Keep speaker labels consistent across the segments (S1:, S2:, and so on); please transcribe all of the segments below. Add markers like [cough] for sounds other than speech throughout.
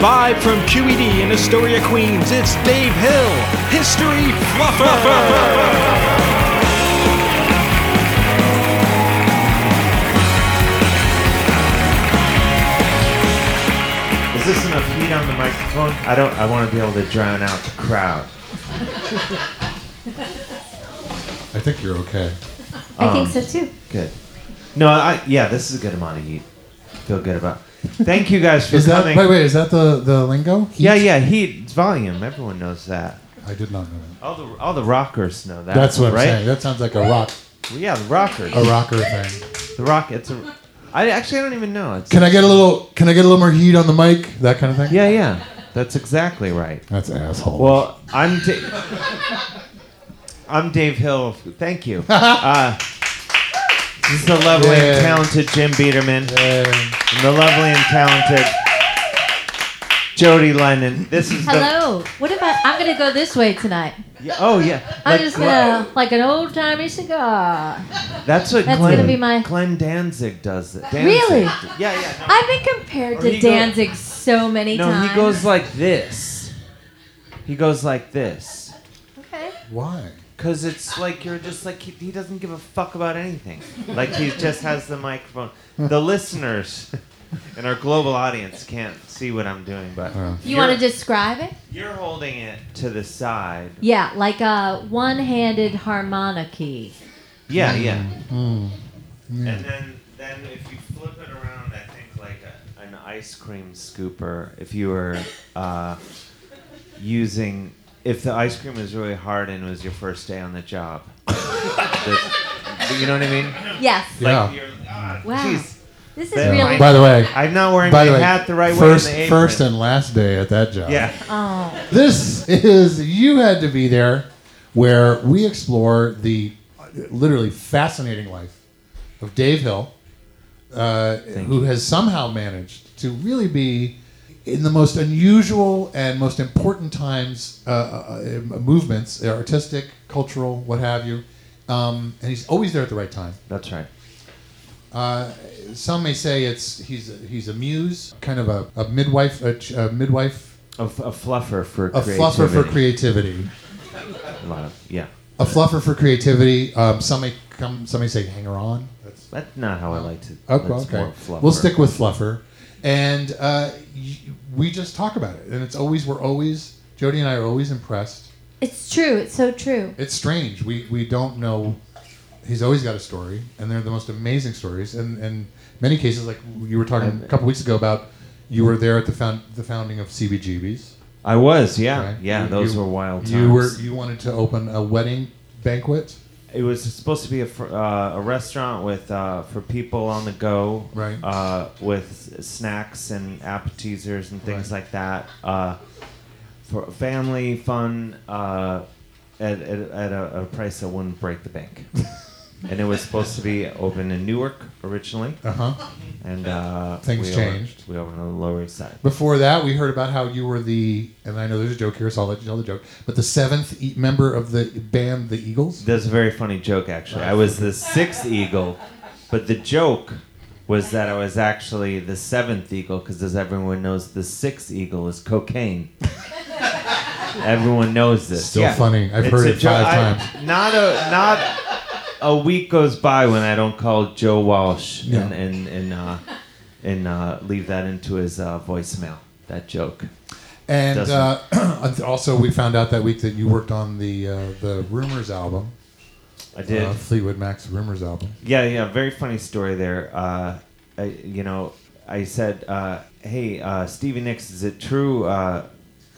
S1: Live from QED in Astoria, Queens, it's Dave Hill, History Fluffer.
S2: Is this enough heat on the microphone? I don't. I want to be able to drown out the crowd.
S3: I think you're okay.
S4: I
S2: Um,
S4: think so too.
S2: Good. No, I yeah, this is a good amount of heat. Feel good about. Thank you guys for
S3: Is that
S2: coming.
S3: wait wait? Is that the the lingo? Heat?
S2: Yeah, yeah, heat it's volume. Everyone knows that.
S3: I did not know that.
S2: All the all the rockers know that.
S3: That's what I'm
S2: right?
S3: saying. That sounds like a rock
S2: Yeah, the rockers.
S3: a rocker thing.
S2: The rock. It's a. I actually I don't even know. It's,
S3: Can I get a little? Can I get a little more heat on the mic? That kind of thing.
S2: yeah, yeah. That's exactly right.
S3: That's asshole.
S2: Well, I'm da- I'm Dave Hill. Thank
S3: [laughs]
S2: you. Uh, this is the lovely and
S3: Yeah.
S2: talented Jim Biederman.
S3: Yeah.
S2: and the lovely and talented Jody Lennon. This is
S4: Hello. What if I? I'm gonna go this way tonight.
S2: the Yeah, oh yeah.
S4: I'm
S2: Like
S4: just
S2: Glenn-
S4: gonna like an old timey cigar.
S2: That's what
S4: That's
S2: Glenn,
S4: gonna be my-
S2: Glenn Danzig does. It. Danzig.
S4: Really?
S2: Yeah, yeah.
S4: I've been compared
S2: Or
S4: to
S2: he go-
S4: Danzig so many
S2: No,
S4: times.
S2: he goes like this. He goes like this.
S4: Okay.
S3: Why?
S2: Cause it's like you're just like he, he doesn't give a fuck about anything. Like he just has the microphone. The listeners and our global audience can't see what I'm doing, but
S3: Uh,
S4: You want to describe it?
S2: you're holding it to the side.
S4: Yeah, like a one-handed harmonica.
S2: Yeah, yeah.
S3: mm, yeah.
S2: And then, then if you flip it around, I think like a, an ice cream scooper. If you were uh, using, if the ice cream was really hard and it was your first day on the [laughs] job, The- you know what I mean?
S4: Yes.
S3: Yeah.
S2: Like you're, ah,
S4: Wow.
S2: jeez.
S4: This is
S2: Yeah.
S4: really.
S3: By the way,
S2: I'm not wearing
S3: by
S2: my
S3: the way,
S2: hat the right
S3: first
S2: way. in the apron.
S3: first and last day at that job.
S2: yeah,
S4: Oh.
S3: This is You Had to Be There, where we explore the literally fascinating life of Dave Hill, uh, who has somehow managed to really be in the most unusual and most important times, uh, uh, uh, movements, artistic, cultural, what have you. Um, and he's always there at the right time.
S2: that's right.
S3: Uh, some may say it's he's a, he's a muse, kind of a, a midwife, a, ch- a midwife,
S2: A, f- a fluffer for
S3: a fluffer for
S2: creativity.
S3: creativity.
S2: A lot of- yeah.
S3: a fluffer for creativity. Um, some may come, some may say hanger on. That's
S2: That's not how I like to.
S3: okay.
S2: that's
S3: okay.
S2: more fluffer.
S3: We'll stick with fluffer, and uh, y- we just talk about it. And it's always we're always Jody and I are always impressed.
S4: It's true. It's so true.
S3: It's strange. We we don't know. He's always got a story, and they're the most amazing stories. And and many cases, like you were talking a couple weeks ago about, you were there at the found the founding of CBGBs.
S2: I was, yeah,
S3: right?
S2: yeah.
S3: You-
S2: those
S3: you-
S2: were wild times.
S3: You were you wanted to open a wedding banquet,
S2: It was supposed to be a, fr- uh, a restaurant with uh, for people on the go,
S3: Right.
S2: Uh, with snacks and appetizers and things
S3: Right.
S2: like that. Uh, for family fun uh, at, at, at a, a price that wouldn't break the
S3: [laughs]
S2: bank. and it was supposed to be open in Newark originally,
S3: uh huh.
S2: and uh,
S3: Things
S2: we
S3: changed.
S2: Over, we opened on the Lower East Side.
S3: Before that, we heard about how you were the, and I know there's a joke here, so I'll let you tell the joke, but the seventh e- member of the band, the Eagles.
S2: That's a very funny joke, actually. I was the sixth eagle, but the joke was that I was actually the seventh eagle because, as everyone knows, the sixth eagle is cocaine. everyone knows this.
S3: Still funny. I've heard
S2: a
S3: it five
S2: I-
S3: times.
S2: Not a not a week goes by when I don't call Joe Walsh
S3: Yeah.
S2: and and and uh, and uh, leave that into his uh, voicemail. That joke.
S3: And
S2: Doesn't-
S3: uh, [clears throat] and also, we found out that week that you worked on the uh, the Rumors album,
S2: I did.
S3: Uh, Fleetwood Mac's Rumors album.
S2: Yeah, yeah, very funny story there. Uh, I, you know, I said, uh, "Hey, uh, Stevie Nicks, is it true uh,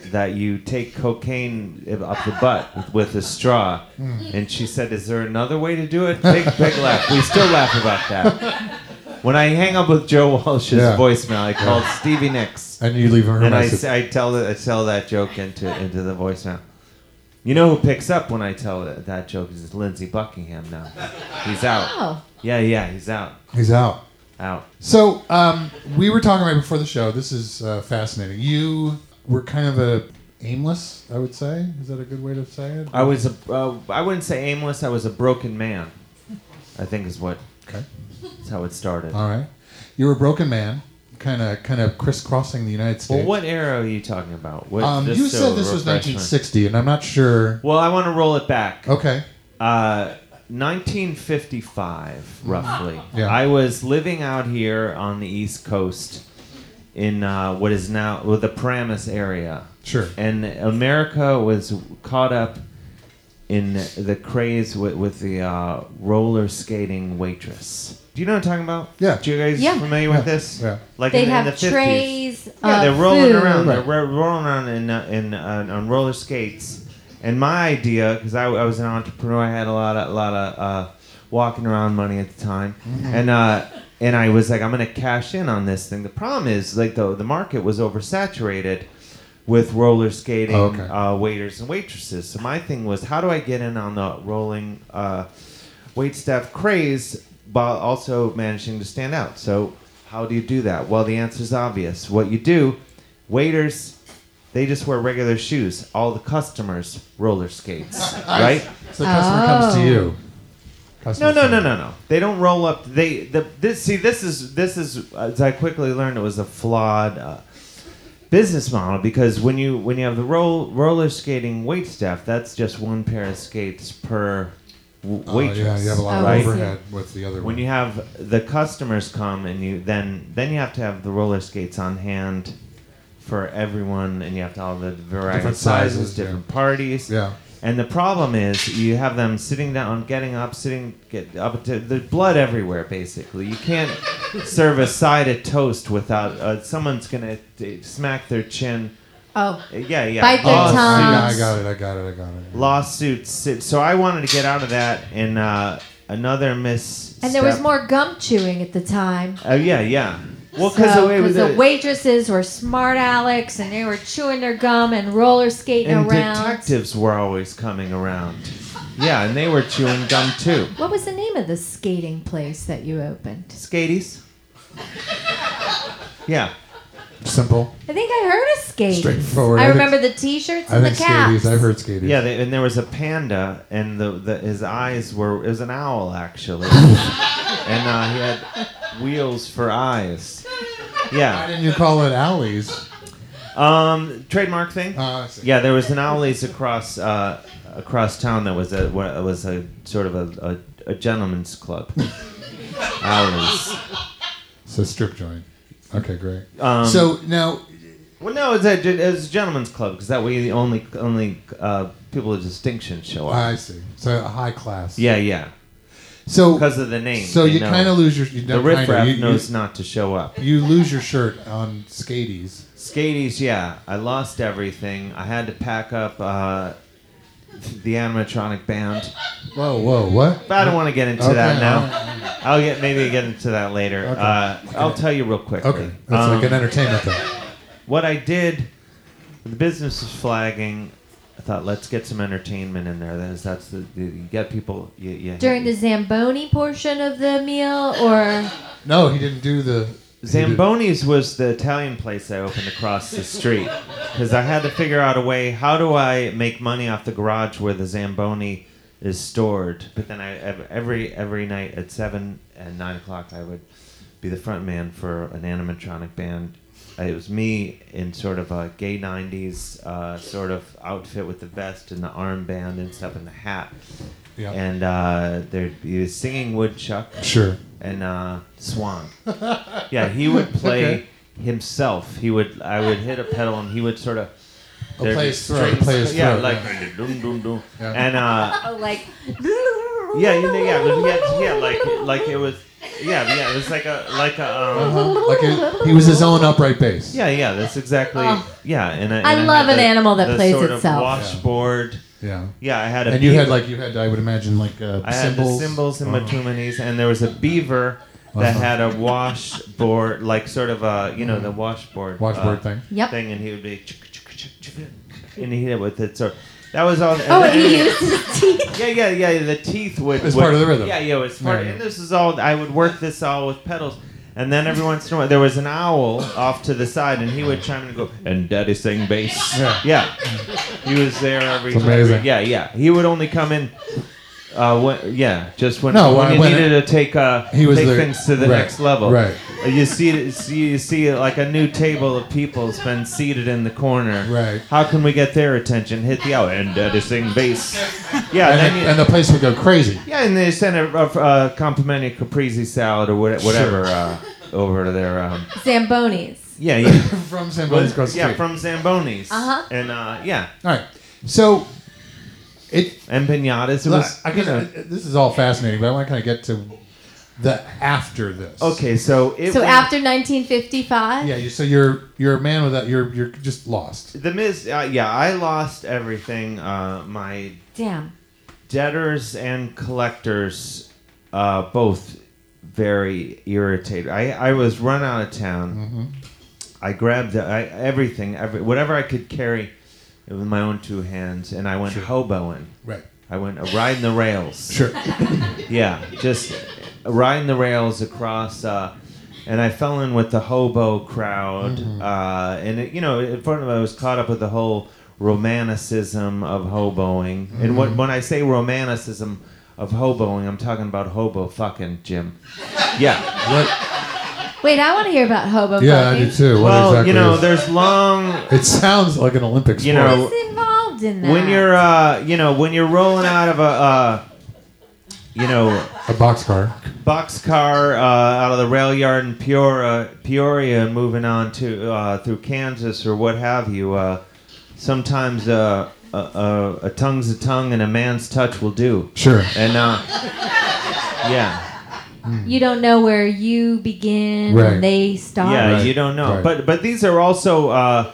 S2: that you take cocaine up the butt with, with a straw?" And she said, "Is there another way to do it?" Big, big laugh. We still laugh about that. When I hang up with Joe Walsh's
S3: Yeah.
S2: voicemail, I called Stevie Nicks,
S3: And you leave her
S2: and I, s-
S3: message.
S2: I tell the- I tell that joke into into the voicemail. You know who picks up when I tell that that joke is Lindsey Buckingham. Now he's out.
S4: Oh.
S2: Yeah, yeah, he's out.
S3: He's out.
S2: Out.
S3: So um, we were talking right before the show. This is uh, fascinating. You were kind of a aimless, I would say. Is that a good way to say it?
S2: I was a. Uh, I wouldn't say aimless. I was a broken man. I think is what.
S3: Okay.
S2: That's how it started.
S3: Uh, All right. You're a broken man kind of kind of crisscrossing the United States.
S2: Well, what era are you talking about? What,
S3: um,
S2: just
S3: you
S2: so
S3: said this was
S2: refresh my-
S3: 1960, and I'm not sure.
S2: Well, I want to roll it back.
S3: Okay.
S2: Uh, 1955, roughly.
S3: Mm. Yeah.
S2: I was living out here on the East Coast in uh, what is now well, the Paramus area.
S3: Sure.
S2: And America was caught up in the craze with, with the uh, roller skating waitress. Do you know what I'm talking about?
S3: Yeah.
S2: Do you guys
S4: Yeah.
S2: familiar with
S3: Yeah,
S2: this?
S3: yeah.
S2: Like
S4: They
S2: in,
S4: have
S2: in the 50s.
S4: trays.
S2: Yeah,
S4: of
S2: they're rolling
S4: food.
S2: around. They're
S3: Right.
S2: ro- rolling around in, uh, in, uh, on roller skates. And my idea, because I, I was an entrepreneur, I had a lot of, lot of uh, walking around money at the time,
S3: Mm-hmm.
S2: and uh, and I was like, I'm gonna cash in on this thing. The problem is, like the the market was oversaturated with roller skating
S3: Oh, okay.
S2: uh, waiters and waitresses. So my thing was, how do I get in on the rolling uh, wait staff craze while also managing to stand out? So how do you do that? Well, the answer is obvious. What you do, waiters, they just wear regular shoes. All the customers roller skates, right?
S3: So the customer comes to
S4: Oh.
S3: you. Customer
S2: No, no, no,
S3: says-
S2: no, no. They don't roll up. They the this see this is this is as I quickly learned it was a flawed uh, business model because when you when you have the roll roller skating wait staff, that's just one pair of skates per w-
S3: Oh,
S2: waitress.
S3: yeah, you have a lot of
S4: Oh, I see.
S3: overhead with the other
S2: When
S3: one.
S2: you have the customers come and you then then you have to have the roller skates on hand for everyone, and you have to have the variety
S3: Different
S2: of sizes,
S3: sizes, yeah.
S2: different parties.
S3: yeah.
S2: And the problem is, you have them sitting down, getting up, sitting, get up. To, there's blood everywhere, basically. You can't serve a side of toast without uh, someone's gonna uh, smack their chin.
S4: Oh,
S2: Uh, Yeah, yeah.
S4: Bite their
S2: Lawsuits-
S4: tongue.
S3: yeah,
S4: Um,
S3: Oh, I got it. I got it. I got it.
S2: Lawsuits. sit- So I wanted to get out of that, and uh, another miss.
S4: and there was more gum chewing at the time.
S2: Oh yeah, yeah. Well, because
S4: So-
S2: it was
S4: the
S2: a-
S4: waitresses were smart Alex, and they were chewing their gum and roller skating
S2: and
S4: around.
S2: detectives were always coming around. Yeah, and they were chewing gum too.
S4: What was the name of the skating place that you opened?
S2: Skaties. Yeah.
S3: Simple,
S4: I think I heard of skate.
S3: straightforward.
S4: I
S3: think-
S4: remember the T-shirts
S3: I
S4: and the
S3: think
S4: caps.
S3: skaties. I've heard skaties.
S2: Yeah, they, and there was a panda, and the, the his eyes were it was an owl
S3: [laughs]
S2: actually, and uh, he had wheels for eyes.
S3: Why
S2: Yeah,
S3: didn't you call it alleys?
S2: um, trademark thing.
S3: Uh, I see.
S2: Yeah, there was an owlies across uh, across town that was a wa- was a sort of a, a, a gentleman's
S3: [laughs]
S2: club. owlies.
S3: So strip joint. Okay, great.
S2: Um,
S3: so now,
S2: Well, no, it's a, it's a gentleman's club because that way the only only uh, people of distinction show up.
S3: I see. So a high class.
S2: yeah, yeah,
S3: So
S2: because of the name.
S3: so
S2: they
S3: you
S2: know.
S3: kind of lose your you
S2: the
S3: don't
S2: riff
S3: kinda,
S2: raff
S3: you, you-
S2: knows not to show up.
S3: you lose your shirt on skaties.
S2: Skaties, yeah. I lost everything. I had to pack up uh, the animatronic band.
S3: Whoa, whoa, what?
S2: But I don't want to get into
S3: Okay,
S2: that now.
S3: all right.
S2: I'll get maybe get into that later.
S3: Okay.
S2: Uh, I'll tell you real quick.
S3: Okay, that's like
S2: Um,
S3: an entertainment thing.
S2: what I did, the business was flagging. I thought, let's get some entertainment in there. That's that's the, the you get people. You, you,
S4: During the Zamboni portion of the meal, or
S3: No, he didn't do the he did-
S2: Zamboni's was the Italian place I opened across the street because I had to figure out a way how do I make money off the garage where the Zamboni is stored. But then I ev- every every night at seven and nine o'clock I would be the front man for an animatronic band. Uh, It was me in sort of a gay '90s uh, sort of outfit with the vest and the armband and stuff and the hat,
S3: Yeah.
S2: and uh, there'd be a singing woodchuck
S3: Sure.
S2: and uh,
S3: [laughs]
S2: Swan. yeah, he would play
S3: Okay.
S2: himself. He would. I would hit a pedal, and he would sort of.
S3: Oh,
S2: there'd
S3: play
S2: be
S3: his throat,
S2: strings-
S3: play his
S2: yeah,
S3: throat,
S2: like dum dum dum,
S3: Yeah.
S2: and uh,
S4: oh, like
S2: yeah, you know, yeah, it was, yeah, yeah, like like it was, yeah, yeah, it was like a like a um,
S3: Uh-huh. Like it, he was his own upright bass.
S2: yeah, yeah, that's exactly
S4: Oh.
S2: yeah, and I, and
S4: I
S2: had
S4: love an
S2: the-
S4: animal that
S2: the
S4: plays
S2: sort
S4: itself.
S2: Of washboard.
S3: Yeah.
S2: Yeah, I had a
S3: And you had
S2: beaver.
S3: like you had I would imagine like uh,
S2: I had the
S3: cymbals.
S2: cymbals and matumanis, and there was a beaver that
S3: Uh-huh.
S2: had a washboard, like sort of a you know the washboard
S3: Washboard
S2: uh,
S3: thing.
S4: Yep.
S2: thing, and he would be chuk, chuk, chuk, chuk, and he hit it with it. So that was all.
S4: Oh, and he used his teeth.
S2: yeah, yeah, yeah. The teeth would.
S3: It's
S2: would-
S3: part of the rhythm.
S2: Yeah, yeah. It's part.
S3: Yeah, yeah.
S2: And this is all. I would work this all with pedals. And then every once in a while, there was an owl off to the side, and he would chime in and go, "And Daddy sang bass."
S3: Yeah.
S2: Yeah, he was there every.
S3: It's amazing.
S2: yeah, yeah. He would only come in. Uh, when, yeah, just when
S3: No,
S2: when
S3: when-
S2: you
S3: when
S2: needed to take uh,
S3: He was
S2: take
S3: the,
S2: things to the
S3: right,
S2: next level. Uh,
S3: Right.
S2: You see, it- see, you see, like a new table of people's been seated in the corner.
S3: Right.
S2: How can we get their attention? Hit the out and uh, to sing bass. Yeah,
S3: and,
S2: then you-
S3: the, and the place would go
S2: [laughs]
S3: crazy.
S2: yeah, and they send a, a, a complimentary caprese salad or what, whatever
S3: Sure.
S2: uh, over to their. Um,
S4: Zambonis.
S2: yeah,
S3: [laughs]
S2: yeah.
S3: From Zamboni's across the
S2: yeah,
S3: street.
S2: from Zamboni's.
S4: Uh-huh.
S2: And uh, yeah,
S3: All right. So it
S2: and pinatas. It was.
S3: I guess
S2: you know-
S3: I- this is all fascinating, but I want to kind of get to the after this.
S2: okay, so it.
S4: So
S2: went-
S4: after 1955,
S3: Yeah. You, so you're you're a man without you're you're just lost.
S2: the Miz. Uh, yeah, I lost everything. Uh, my
S4: damn.
S2: debtors and collectors uh, both very irritated. I, I was run out of town. I grabbed I, everything, every, whatever I could carry with my own two hands, and I went hoboing.
S3: Right.
S2: I went uh, riding the rails.
S3: Sure.
S2: Yeah, just riding the rails across. Uh, and I fell in with the hobo crowd.
S3: Mm-hmm.
S2: Uh, and, it, you know, in front of I was caught up with the whole romanticism of hoboing. And
S3: Mm-hmm.
S2: when, when I say romanticism of hoboing, I'm talking about hobo fucking, Jim. Yeah.
S3: What?
S4: Wait, I want to hear about hobo
S3: Yeah, I
S4: fucking.
S3: do too. What
S2: well,
S3: exactly
S2: you know,
S3: is-
S2: there's long.
S3: it sounds like an Olympic sport.
S2: You know,
S4: What's involved in that?
S2: When you're, uh, you know, when you're rolling out of a, uh, you know,
S3: a boxcar.
S2: boxcar uh, out of the rail yard in Peoria, Peoria and moving on to uh, through Kansas or what have you. Uh, sometimes uh, a, a, a tongue's a tongue and a man's touch will do.
S3: Sure.
S2: And uh, yeah,
S4: you don't know where you begin
S3: Hmm. Right.
S4: and they stop.
S2: yeah,
S3: Right,
S2: you don't know.
S3: right.
S2: But but these are also. Uh,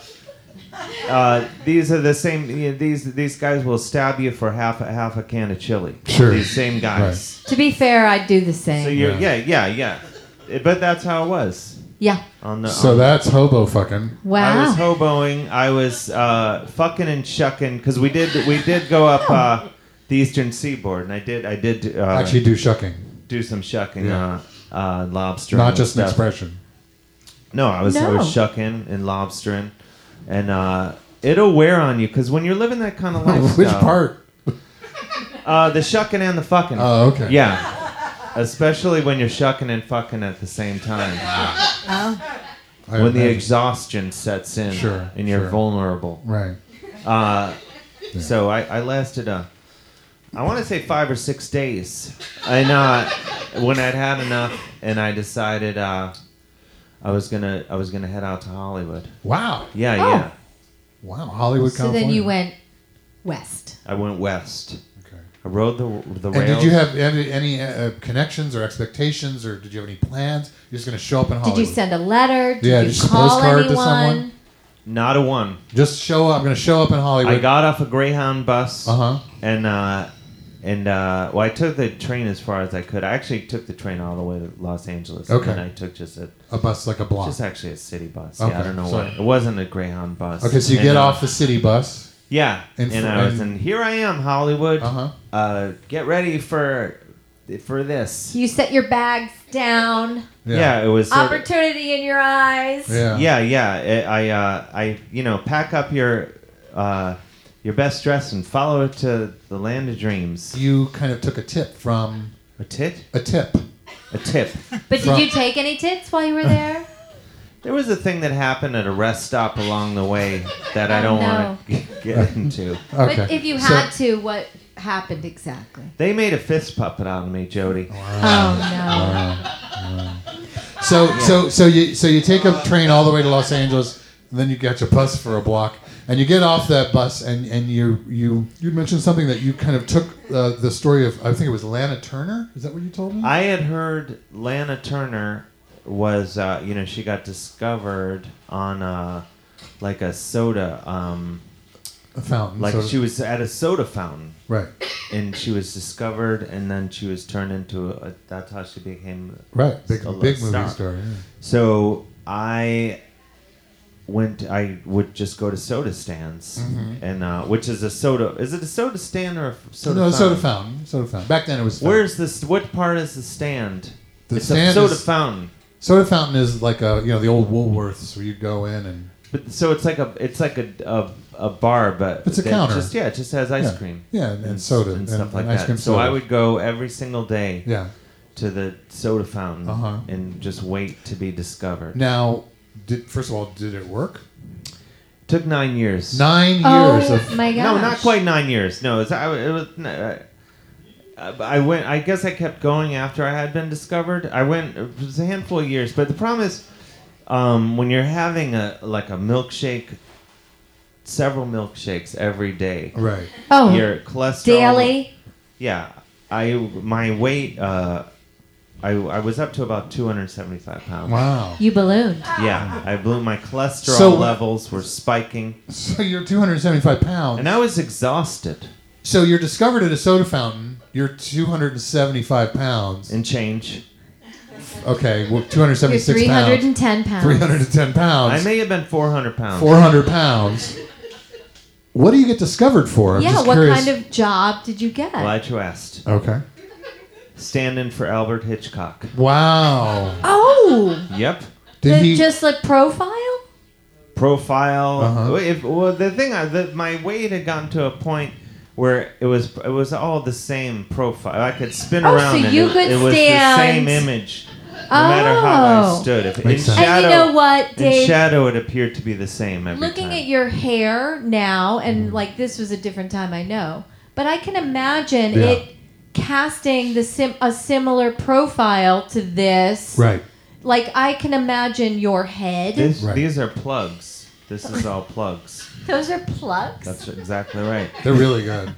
S2: uh, these are the same. You know, these these guys will stab you for half a half a can of chili.
S3: Sure.
S2: These same guys.
S4: To be fair, I'd do the
S2: So
S4: same.
S2: you're yeah yeah yeah. But that's how it was
S4: yeah.
S2: on the.
S3: So
S2: on
S3: that's hobo fucking.
S4: Wow.
S2: I was hoboing. I was uh, fucking and shucking because we did we did go up uh, the eastern seaboard, and I did I did uh,
S3: Actually, do shucking.
S2: do some shucking
S3: Yeah.
S2: uh, uh, lobster.
S3: Not
S2: and
S3: just an
S2: stuff.
S3: expression.
S2: No, I was I was
S4: No.
S2: shucking and lobstering, and uh, it'll wear on you because when you're living that kind of lifestyle,
S3: [laughs] Which part?
S2: Uh, the shucking and the fucking.
S3: Oh, okay.
S2: Yeah, especially when you're shucking and fucking at the same time.
S3: I
S2: When the
S3: imagine.
S2: exhaustion sets in,
S3: Sure,
S2: and you're
S3: sure.
S2: vulnerable.
S3: right.
S2: So I, I lasted uh, I want to say five or six days, and uh, when I'd had enough, and I decided uh, I was gonna I was gonna head out to Hollywood.
S3: Wow.
S2: Yeah,
S4: Oh.
S2: yeah.
S3: Wow. Hollywood.
S4: so then
S3: California.
S4: you went west.
S2: I went west.
S3: Okay.
S2: I rode the the
S3: And
S2: rails.
S3: did you have any, any uh, connections or expectations, or did you have any plans? You're just going to show up in
S4: Did
S3: Hollywood.
S4: you send a letter? Did
S3: Yeah,
S4: you
S3: just a
S4: call
S3: postcard to
S4: anyone?
S3: someone?
S2: Not a one.
S3: Just show up. I'm going to show up in Hollywood.
S2: I got off a Greyhound bus.
S3: Uh-huh.
S2: And uh, and uh, well, I took the train as far as I could. I actually took the train all the way to Los Angeles.
S3: Okay.
S2: And then I took just a
S3: a bus like a block.
S2: just actually a city bus.
S3: Okay,
S2: Yeah, I don't know
S3: so-
S2: what it wasn't a Greyhound bus.
S3: okay, so you
S2: And,
S3: get
S2: uh,
S3: off the city bus.
S2: Yeah,
S3: And
S2: and,
S3: fr-
S2: I was
S3: and-
S2: in. Here I am, Hollywood.
S3: Uh-huh.
S2: Uh, get ready for for this.
S4: You set your bags down.
S2: Yeah, it was. sort of-
S4: Opportunity in your eyes.
S3: Yeah.
S2: yeah, yeah. It, I uh, I you know pack up your uh, your best dress and follow it to the land of dreams.
S3: You kind of took a tip from
S2: A tit,
S3: a tip.
S2: a tip.
S4: But did
S3: From-
S4: you take any tits while you
S3: [laughs]
S4: were there?
S2: There was a thing that happened at a rest stop along the way that I
S4: Oh,
S2: don't
S4: no.
S2: want to [laughs] get into.
S3: Okay.
S4: But if you
S3: So-
S4: had to, what happened exactly?
S2: They made a fist puppet out of me, Jody.
S3: Uh,
S4: Oh no.
S3: So so so you so you take a train all the way to Los Angeles, and then you get your bus for a block, and you get off that bus, and and you you you mentioned something that you kind of took uh, the story of I think it was Lana Turner. Is that what you told me?
S2: I had heard Lana Turner was, uh, you know, she got discovered on uh, like a soda, um,
S3: a fountain.
S2: like
S3: so-
S2: she was at a soda fountain,
S3: right
S2: and she was discovered, and then she was turned into a. That's how she became.
S3: right big
S2: a little
S3: big movie
S2: star.
S3: star. yeah.
S2: So I went. I would just go to soda stands,
S3: Mm-hmm.
S2: and uh, which is a soda. Is it a soda stand or a f- soda?
S3: no,
S2: fountain?
S3: soda fountain. Soda fountain. Back then it was. fountain.
S2: Where's this? What part is the stand?
S3: The
S2: it's
S3: stand
S2: a soda
S3: is-
S2: fountain.
S3: soda fountain is like a you know the old Woolworths where you go in and
S2: But so it's like a it's like a a, a bar, but
S3: It's a
S2: that
S3: counter.
S2: Just, yeah, it just has ice
S3: Yeah.
S2: cream.
S3: Yeah, and- and
S2: s-
S3: soda,
S2: and
S3: and-
S2: stuff like
S3: and ice
S2: that.
S3: cream
S2: so
S3: soda.
S2: I would go every single day
S3: yeah
S2: to the soda fountain
S3: Uh-huh.
S2: and just wait to be discovered.
S3: Now, did, first of all, did it work?
S2: Took nine years.
S3: Nine years
S4: Oh
S3: of
S4: my gosh.
S2: No, not quite nine years. No, it's, I, it was. I, I went. I guess I kept going after I had been discovered. I went. It was a handful of years, but the problem is, um, when you're having a like a milkshake, several milkshakes every day,
S3: right.
S4: Oh,
S2: your cholesterol
S4: daily.
S2: Yeah, I my weight. Uh, I I was up to about 275 pounds.
S3: Wow.
S4: You ballooned.
S2: Yeah, I blew. My cholesterol
S3: So-
S2: levels were spiking,
S3: So you're 275 pounds.
S2: and I was exhausted
S3: so you're discovered at a soda fountain. You're 275 pounds.
S2: and change.
S3: Okay, well,
S4: You're
S3: 276 pounds.
S4: 310 pounds.
S3: 310
S2: I
S3: pounds.
S2: may have been 400 pounds.
S3: 400 pounds. What do you get discovered for? I'm
S4: yeah,
S3: just
S4: what
S3: curious.
S4: kind of job did you get?
S2: Glad you asked.
S3: Okay.
S2: Stand in for Albert Hitchcock.
S3: Wow.
S4: Oh,
S2: Yep.
S3: Did
S4: the-
S3: he?
S4: just like profile?
S2: Profile.
S3: Uh-huh.
S2: If, well, the thing, I, the, my weight had gotten to a point where it was it was all the same profile. I could spin
S4: Oh, so
S2: around. and
S4: you
S2: it,
S4: could
S2: it was
S4: stand-
S2: the same image, no matter how I
S4: Oh.
S2: stood. If, in
S3: Makes sense.
S2: shadow,
S4: And you know what,
S2: in
S4: Dave?
S2: shadow, it appeared to be the same every
S4: Looking
S2: time.
S4: at your hair now, and
S3: Mm-hmm.
S4: like this was a different time, I know, but I can imagine
S3: Yeah.
S4: it casting the sim- a similar profile to this.
S3: right.
S4: Like I can imagine your head.
S2: This,
S3: Right.
S2: These are plugs. This is all plugs.
S4: Those are plugs.
S2: That's exactly right.
S3: They're really good.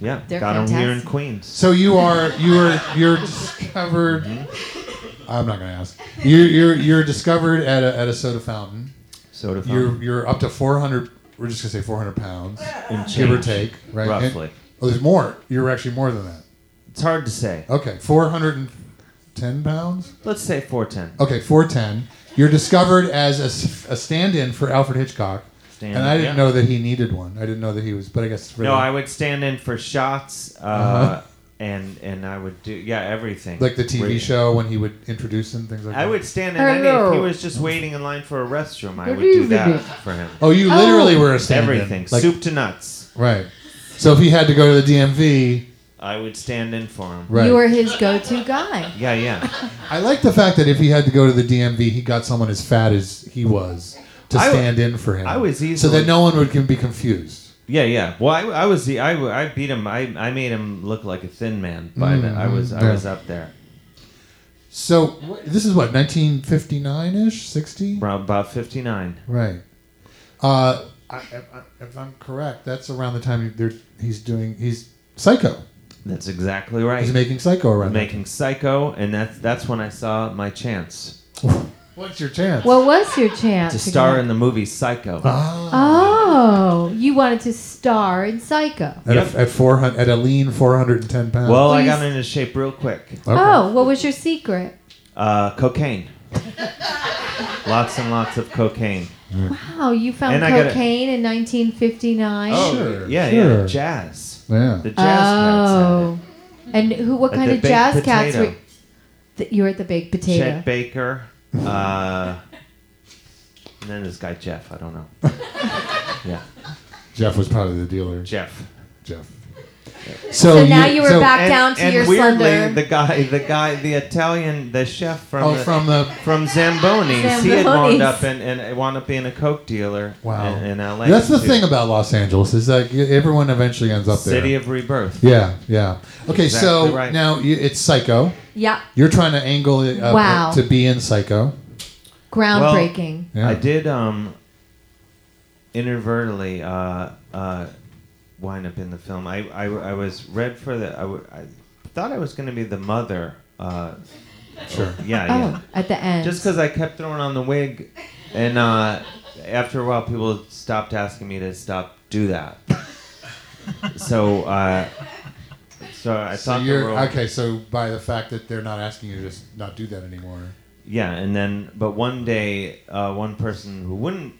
S2: Yeah,
S4: They're
S2: got them here in
S4: fantastic.
S2: Queens.
S3: So you are you are you're discovered.
S2: Mm-hmm.
S3: I'm not gonna ask. You're you're you're discovered at a, at a soda fountain.
S2: Soda
S3: You're
S2: fountain.
S3: you're up to 400. We're just gonna say 400 pounds,
S2: and
S3: give or
S2: change,
S3: take, right? And-
S2: roughly.
S3: oh, there's more. You're actually more than that.
S2: It's hard to say.
S3: Okay, 410 pounds.
S2: Let's say 410.
S3: Okay, 410. You're discovered as a, s- a stand-in for Alfred Hitchcock,
S2: Stand-
S3: and I didn't
S2: yeah.
S3: know that he needed one. I didn't know that he was, but I guess for
S2: No,
S3: the-
S2: I would stand in for shots, uh,
S3: Uh-huh.
S2: and and I would do yeah everything
S3: like the TV
S2: Wait.
S3: show when he would introduce him things like
S2: I
S3: that.
S2: would stand in any.
S4: Hello.
S2: If he was just waiting in line for a restroom, I would do that for him.
S3: Oh, you literally were a stand-in.
S2: Everything,
S3: like,
S2: soup to nuts.
S3: right? So if he had to go to the DMV,
S2: I would stand in for him.
S3: right?
S4: You were his go-to guy.
S2: Yeah, yeah.
S3: I like the fact that if he had to go to the DMV, he got someone as fat as he was to
S2: I w-
S3: stand in for him.
S2: I was
S3: so
S2: easily-
S3: that no one would can be confused.
S2: Yeah, yeah. Well, I, I was the I, I beat him. I, I made him look like a thin man. By the, I was I
S3: Mm, yeah.
S2: was up there
S3: So wh- this is what 1959 ish, 60,
S2: around about fifty nine.
S3: right? Uh, I, if, I- if I'm correct, that's around the time they're, he's doing he's Psycho.
S2: That's exactly right.
S3: He's making Psycho around. that
S2: Making Psycho, and that's that's when I saw my chance
S3: time. What's your chance?
S4: What was your chance
S2: to star in the movie Psycho.
S3: ah,
S4: Oh, you wanted to star in Psycho.
S3: at,
S2: Yep.
S3: a, at 400 at a lean 410 pounds.
S2: Well, I
S4: Please.
S2: got into shape real quick.
S3: Okay.
S4: Oh, what was your secret?
S2: Uh,
S3: [laughs]
S2: cocaine. lots and lots of cocaine.
S4: Wow, Oh, you found
S2: And I gotta-
S4: cocaine in 1959.
S3: Oh, Sure,
S2: Yeah,
S3: sure.
S2: yeah. Jazz.
S3: yeah.
S2: The jazz
S4: Oh.
S2: oh.
S4: and who? What kind of jazz cats were? Th- you were at the baked potato.
S2: Chet Baker. Uh, and then this guy Jeff. I don't know.
S3: [laughs]
S2: yeah,
S3: Jeff was probably the dealer.
S2: Jeff.
S3: Jeff. So,
S4: So now you were back
S2: And-
S4: down to
S2: and
S4: your
S2: weirdly,
S4: slender.
S2: the guy, the guy, the Italian, the chef from
S3: Oh,
S2: the,
S3: from the
S2: from Zamboni's, he had wound
S4: Zamboni's.
S2: up and, and wound up being a coke dealer.
S3: Wow.
S2: in, in L.A.
S3: That's the
S2: too.
S3: thing about Los Angeles is that y- everyone eventually ends up there.
S2: City of Rebirth.
S3: yeah, yeah. Okay, so
S2: Exactly right.
S3: now you, it's Psycho.
S4: yeah,
S3: You're trying to angle it up uh,
S4: Wow.
S3: to be in Psycho.
S4: groundbreaking.
S3: Yeah.
S2: I did um, inadvertently uh, uh, wind up in the film. I, I, I was read for the. I, w- I thought I was going to be the mother. Uh,
S3: Sure.
S2: yeah,
S4: oh,
S2: yeah.
S4: at the end.
S2: Just because I kept throwing on the wig, and uh, after a while, people stopped asking me to stop do
S3: [laughs]
S2: that. so, uh, so I
S3: So
S2: thought the
S3: you're
S2: role-
S3: okay. So by the fact that they're not asking you to just not do that anymore.
S2: Yeah, and then but one day, uh, one person who wouldn't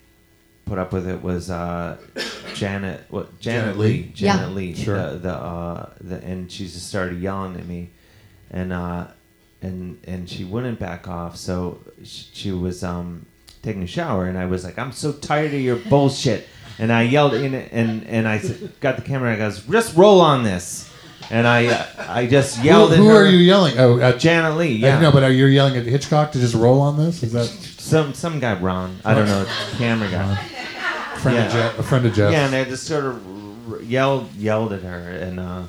S2: put up with it was uh, Janet. What Janet,
S3: Janet
S2: Lee?
S3: Leigh.
S2: Janet
S4: Yeah.
S2: Lee.
S3: Sure.
S2: The, the, uh, the and she just started yelling at me, and uh, and and she wouldn't back off. So she, she was um, taking a shower, and I was like, I'm so tired of your bullshit. And I yelled in it, and and I s- got the camera. and I goes, just roll on this. and I uh, I just
S3: Who,
S2: yelled at
S3: who
S2: her.
S3: are you yelling? Oh, at,
S2: Janet Lee.
S3: yeah.
S2: Yeah.
S3: no, but are you yelling at Hitchcock to just roll on this? Is that
S2: some some guy Ron. I don't
S3: [laughs]
S2: know. Camera guy.
S3: a friend of
S2: Yeah.
S3: Jeff? A friend of Jeff?
S2: Yeah, and I just sort of r- r- yelled yelled at her, and uh,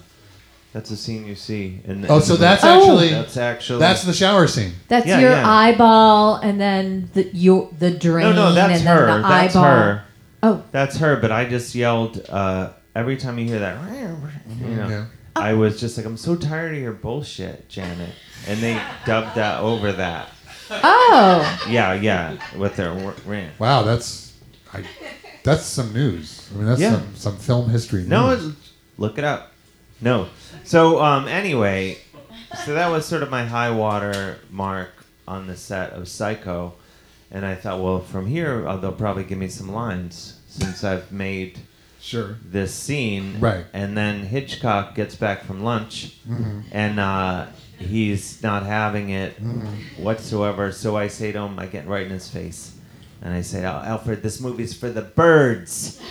S2: that's the scene you see. And
S3: Oh, so that's
S4: Oh.
S3: actually
S2: that's actually
S3: that's the shower scene.
S4: That's
S2: Yeah,
S4: your
S2: yeah.
S4: eyeball, and then the your, the drain,
S2: no no that's
S4: and then
S2: her
S4: the
S2: that's
S4: eyeball.
S2: her
S4: Oh,
S2: that's her. But I just yelled uh, every time you hear that. You know,
S3: Mm-hmm, Yeah.
S2: I was just like, I'm so tired of your bullshit, Janet. And they dubbed that over that.
S4: oh,
S2: Yeah, yeah, with their wor- rant.
S3: Wow, that's I, that's some news. I mean, that's
S2: Yeah.
S3: some, some film history.
S2: No,
S3: news.
S2: it's- look it up. No. So um, anyway, so that was sort of my high water mark on the set of Psycho, and I thought, well, from here uh, they'll probably give me some lines since I've made
S3: sure.
S2: this scene.
S3: Right. Mm-hmm.
S2: And then Hitchcock gets back from lunch, and uh, he's not having it
S3: Mm-hmm.
S2: whatsoever. So I say to him, I get right in his face, and I say, "Al- Alfred, this movie's for the
S3: [laughs]
S2: birds.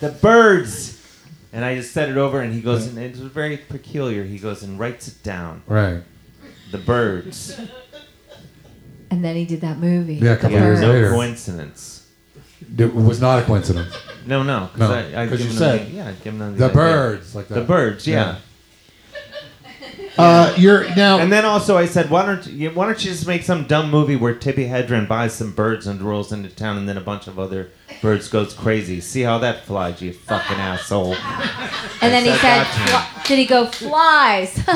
S2: the birds. And I just said it over, and he goes, and it was very peculiar. He goes and writes it down.
S3: Right.
S2: The birds.
S4: and then he did that movie.
S3: Yeah, a couple
S4: The
S3: years
S4: bird.
S2: no
S3: later.
S2: coincidence.
S3: It was not a coincidence.
S2: No, no,
S3: No,
S2: because I, I
S3: 'cause
S2: give
S3: you
S2: him
S3: said
S2: the, yeah, I give him
S3: The
S2: idea.
S3: birds, like that.
S2: The birds, yeah.
S3: Uh, you're
S4: Oh.
S3: now.
S2: And then also I said, why don't you, why don't you just make some dumb movie where Tippi Hedren buys some birds and rolls into town, and then a bunch of other birds goes crazy. See how that flies, you fucking asshole.
S4: [laughs] And then he
S2: It's
S4: said,
S2: that
S4: "Fly- "Did he go flies?" [laughs]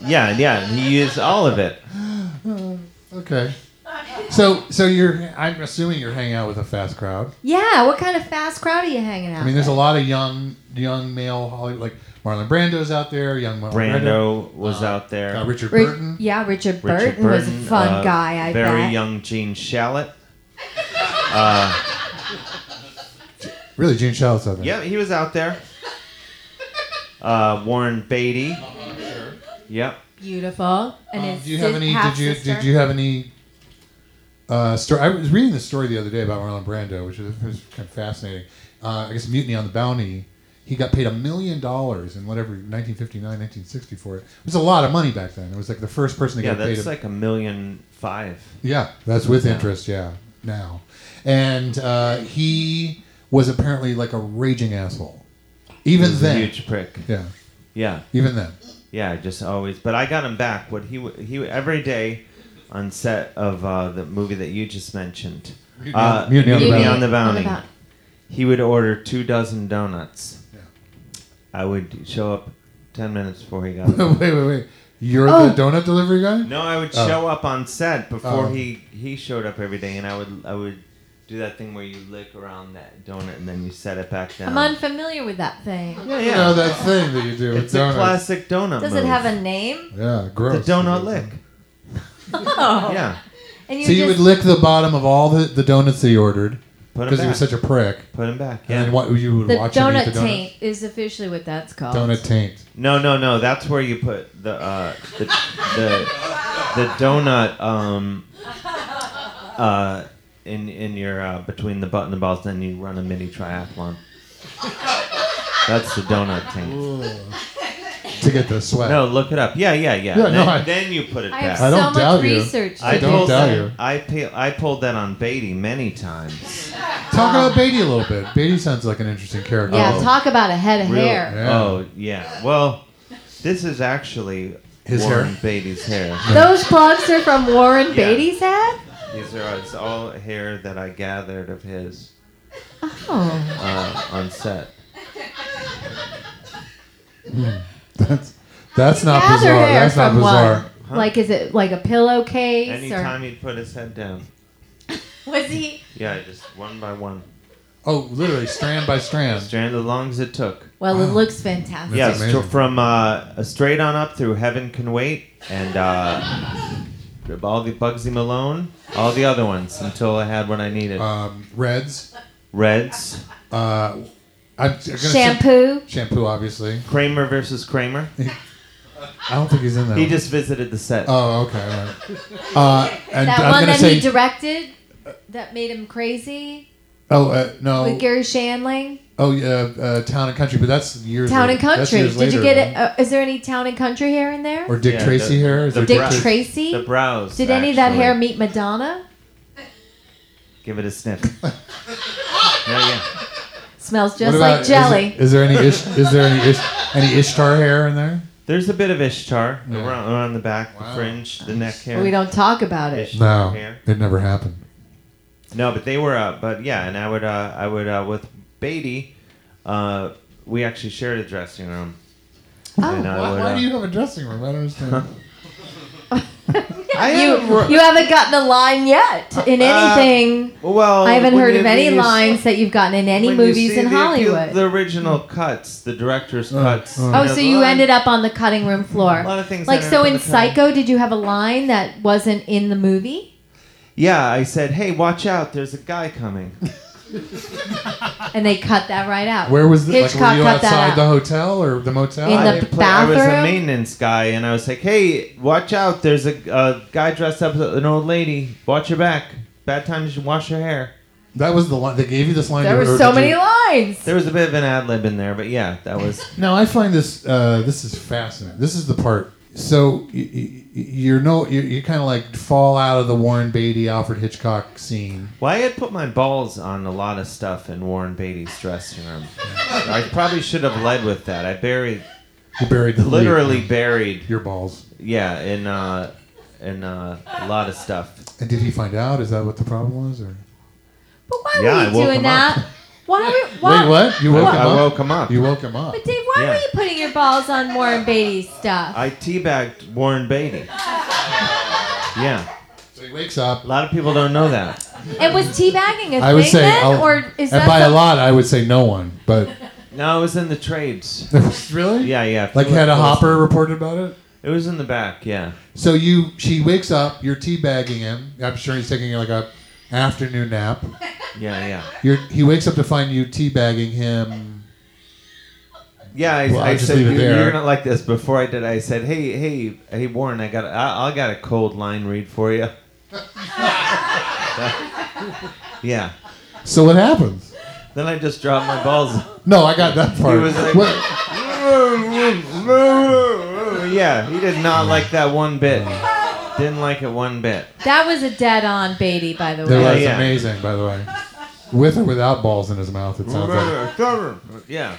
S2: Yeah, yeah. and He used all of it.
S3: okay. So, so you're. I'm assuming you're hanging out with a fast crowd.
S4: yeah. What kind of fast crowd are you hanging out?
S3: I mean, there's a
S4: with?
S3: lot of young, young male Hollywood, like Marlon Brando's out there. Young Marlon Brando.
S2: Brando was out there.
S3: Uh, Richard
S4: Ri-
S3: Burton.
S4: yeah, Richard Burton,
S2: Richard
S4: was a
S2: Burton,
S4: fun
S2: uh,
S4: guy. I
S2: very
S4: bet.
S2: young Gene Shalit.
S3: Really, Gene Shalit out there.
S2: Yeah, he was out
S4: [laughs]
S2: there. Uh, Warren Beatty. Yep.
S4: beautiful. And
S3: Um,
S4: his
S3: do you have
S4: sis-
S3: any? Did you
S4: half-sister.
S3: did you have any? Uh, story. I was reading the story the other day about Marlon Brando, which is, was kind of fascinating. Uh, I guess Mutiny on the Bounty. He got paid a million dollars in whatever 1959, 1960 for it. It was a lot of money back then. It was like the first person to
S2: Yeah,
S3: get paid.
S2: that's
S3: a-
S2: like a million five.
S3: yeah, that's with interest. Yeah, now, and uh, he was apparently like a raging asshole. Even
S2: He's a
S3: then,
S2: Huge prick.
S3: yeah,
S2: Yeah.
S3: even then. [laughs]
S2: Yeah, just always. But I got him back. What he w- he every day on set of uh, the movie that you just mentioned, uh,
S3: Mutiny on
S2: on the
S3: the Bounty.
S4: Mutiny on the
S2: Bounty,
S4: Bounty.
S2: he would order two dozen donuts.
S3: Yeah.
S2: I would show up ten minutes before he got.
S3: [laughs]
S2: them.
S3: wait, wait, wait. You're
S4: Oh.
S3: the donut delivery guy.
S2: no, I would
S3: Oh.
S2: show up on set before
S3: Oh.
S2: he he showed up every day, and I would I would do that thing where you lick around that donut and then you set it back down.
S4: I'm unfamiliar with that thing.
S2: yeah,
S3: You know
S2: yeah.
S3: that thing that you do with
S2: It's a
S3: donuts.
S2: classic donut.
S4: Does
S2: move.
S4: it have
S2: [laughs]
S4: a name?
S3: Yeah, gross.
S2: It's a donut lick.
S4: Oh.
S2: Yeah,
S4: And you
S3: So you
S4: just
S3: would lick the bottom of all the, the donuts that you ordered
S2: put him
S3: because you were
S2: back.
S3: such a prick.
S2: Put him back.
S3: And
S2: Yeah.
S3: then what you would
S4: the
S3: watch him eat
S4: donut
S3: the donuts?
S4: taint is officially what that's called.
S3: Donut taint.
S2: No, no, no. That's where you put the uh, the, the the donut um, uh, in in your uh, between the butt and the balls. Then you run a mini triathlon. That's the donut tank.
S4: [laughs]
S3: To get the sweat.
S2: No, look it up. Yeah, yeah, yeah.
S3: Yeah,
S2: then,
S3: no, I-
S2: then you put it
S4: I have
S2: back.
S3: I
S4: so
S3: don't
S4: much
S3: doubt you.
S4: research.
S3: I
S4: to
S3: don't
S4: do.
S3: doubt you.
S2: I pe- I pulled that on Beatty many times.
S3: Talk about Beatty a little bit. Beatty sounds like an interesting character.
S4: Yeah,
S2: Oh.
S4: talk about a head of
S2: Real-
S4: hair.
S3: Yeah.
S2: Oh yeah. Well, this is actually
S3: His
S2: Warren
S3: hair?
S2: Beatty's hair.
S4: Those plugs are from Warren
S2: Yeah.
S4: Beatty's head?
S2: These are it's all hair that I gathered of his.
S4: Oh.
S2: uh, on set.
S3: [laughs] That's that's not
S4: Gather
S3: bizarre.
S4: hair
S3: That's not
S4: from
S3: bizarre.
S4: one. Like, is it like a pillowcase?
S2: Anytime he'd put his head down.
S4: Or was he?
S2: Yeah, just one by one.
S3: Oh, literally strand by strand.
S2: Strand as long as it took.
S4: Well, it looks fantastic.
S2: Yes, yeah,
S3: amazing.
S2: str- from uh, a straight on up through Heaven Can Wait and uh, all the Bugsy Malone, all the other ones until I had what I needed.
S3: Um, reds.
S2: Reds,
S3: Uh, I'm, I'm gonna
S4: Shampoo.
S3: Say, shampoo, obviously.
S2: Kramer versus Kramer.
S3: I don't think he's in that.
S2: He
S3: one.
S2: just visited the set.
S3: Oh, okay. all right. Uh, and
S4: that
S3: I'm
S4: one
S3: gonna
S4: that
S3: say.
S4: he directed that made him crazy
S3: oh uh, no.
S4: with Gary Shandling.
S3: Oh yeah, uh, Town and Country, but that's years.
S4: Town
S3: later.
S4: and
S3: That's
S4: country.
S3: years
S4: Did
S3: later,
S4: you get
S3: then.
S4: it? Uh, is there any town and country hair in there?
S3: Or Dick
S2: Yeah,
S3: Tracy
S2: the-
S3: hair? Is
S2: the
S3: there
S4: Dick
S2: brow-
S3: Tracy-
S4: Tracy?
S2: The brows.
S4: Did any of that
S2: actually.
S4: hair meet Madonna?
S2: Give it a
S3: [laughs]
S2: sniff. yeah, yeah.
S4: Smells
S3: What
S4: just
S3: about-
S4: like jelly.
S3: Is, is there any ish, is there any ish, any Ishtar hair in there?
S2: There's a bit of Ishtar
S3: Yeah.
S2: around, around the back,
S3: Wow.
S2: the fringe, the neck hair.
S4: But we don't talk about it.
S2: Ishtar
S3: No,
S2: hair.
S3: it never happened.
S2: No, but they were. Uh, but yeah, and I would. Uh, I would uh, with Beatty. Uh, we actually shared a dressing room.
S4: Oh,
S2: And I
S3: Why,
S2: would,
S3: why
S2: uh,
S3: do you have a dressing room? I don't understand.
S2: uh, I
S4: you,
S2: haven't wor-
S4: you haven't gotten a line
S3: Uh,
S4: yet in anything.
S2: Well,
S3: oh,
S4: I haven't
S2: when
S4: heard
S2: you-
S4: of any
S2: when you s-
S4: lines that you've gotten in any
S2: when you
S4: movies
S2: see
S4: in
S2: the-
S4: Hollywood.
S2: The, original cuts, the director's
S3: Uh,
S2: cuts.
S3: uh.
S2: you
S3: Oh,
S4: oh,
S2: know,
S4: so you
S2: the-
S4: ended up on the cutting room floor.
S2: A lot of things
S4: Like
S2: that
S4: so
S2: are
S4: in
S2: for the time.
S4: Psycho, did you have a line that wasn't in the movie?
S2: Yeah, I said, "Hey, watch out! There's a guy coming."
S4: And they cut that right out.
S3: Where was the, like,
S4: Hitchcock
S3: were you
S4: cut that
S3: outside
S4: out.
S3: the hotel or the motel?
S4: In
S2: I
S4: the
S2: didn't play- I was a
S4: bathroom?
S2: maintenance guy, and I was like, "Hey, watch out! There's a, a guy dressed up as an old lady. Watch your back. Bad time to wash your hair."
S3: that was the line. They gave you this line.
S4: There
S3: to-
S4: were
S3: or
S4: so
S3: did
S4: many
S3: you-
S4: lines.
S2: There was a bit of an ad lib in there, but yeah, that was.
S3: [laughs] Now I find this uh, this is fascinating. This is the part. So you, y you're no you, you kind of like fall out of the Warren Beatty Alfred Hitchcock scene.
S2: Well, I had put my balls on a lot of stuff in Warren Beatty's dressing room. I probably should have led with that. I buried,
S3: You buried the lead.
S2: literally buried,
S3: your balls.
S2: yeah, in uh, in uh, a lot of stuff.
S3: And did he find out? Is that what the problem was? Or
S4: But why
S2: Yeah, I
S4: were
S2: woke
S4: you doing
S2: him
S4: that? Why were why,
S3: wait, what? You woke
S2: I,
S3: him
S2: I
S3: up.
S2: woke him up.
S3: You woke him up.
S4: But Dave, why
S2: Yeah.
S4: were you putting your balls on Warren Beatty's stuff?
S2: I teabagged Warren Beatty. Yeah,
S3: So he wakes up.
S2: a lot of people don't know that.
S4: and was teabagging a
S3: I
S4: thing
S3: would say,
S4: then,
S3: I'll-
S4: or is
S3: and
S4: that
S3: by a
S4: some-
S3: lot, I would say no one.
S4: [laughs]
S3: But [laughs]
S2: No, it was in the trades.
S3: really,
S2: Yeah, yeah.
S3: like had a
S2: It was-
S3: hopper reported about it.
S2: It was in the back. Yeah.
S3: So you, she wakes up. You're teabagging him. I'm sure he's taking like a afternoon nap.
S2: Yeah, yeah.
S3: You're, he wakes up to find you teabagging him.
S2: Yeah, I,
S3: Well, I'll
S2: I
S3: just
S2: said
S3: leave it
S2: you,
S3: there."
S2: you're gonna like this. Before I did, I said, "Hey, hey, hey, Warren, I got, a, I, I got a cold line read for you." [laughs] yeah.
S3: So what happens?
S2: Then I just dropped my balls. [laughs]
S3: No, I got that part.
S2: was like- [laughs]
S3: What-
S2: yeah, he did not like that one bit. Didn't like it one bit.
S4: That was a dead-on Beatty, by the
S3: that
S4: way.
S2: Yeah,
S3: was
S2: yeah.
S3: amazing, by the way. With or without balls in his mouth, it sounds like.
S2: [laughs] Yeah.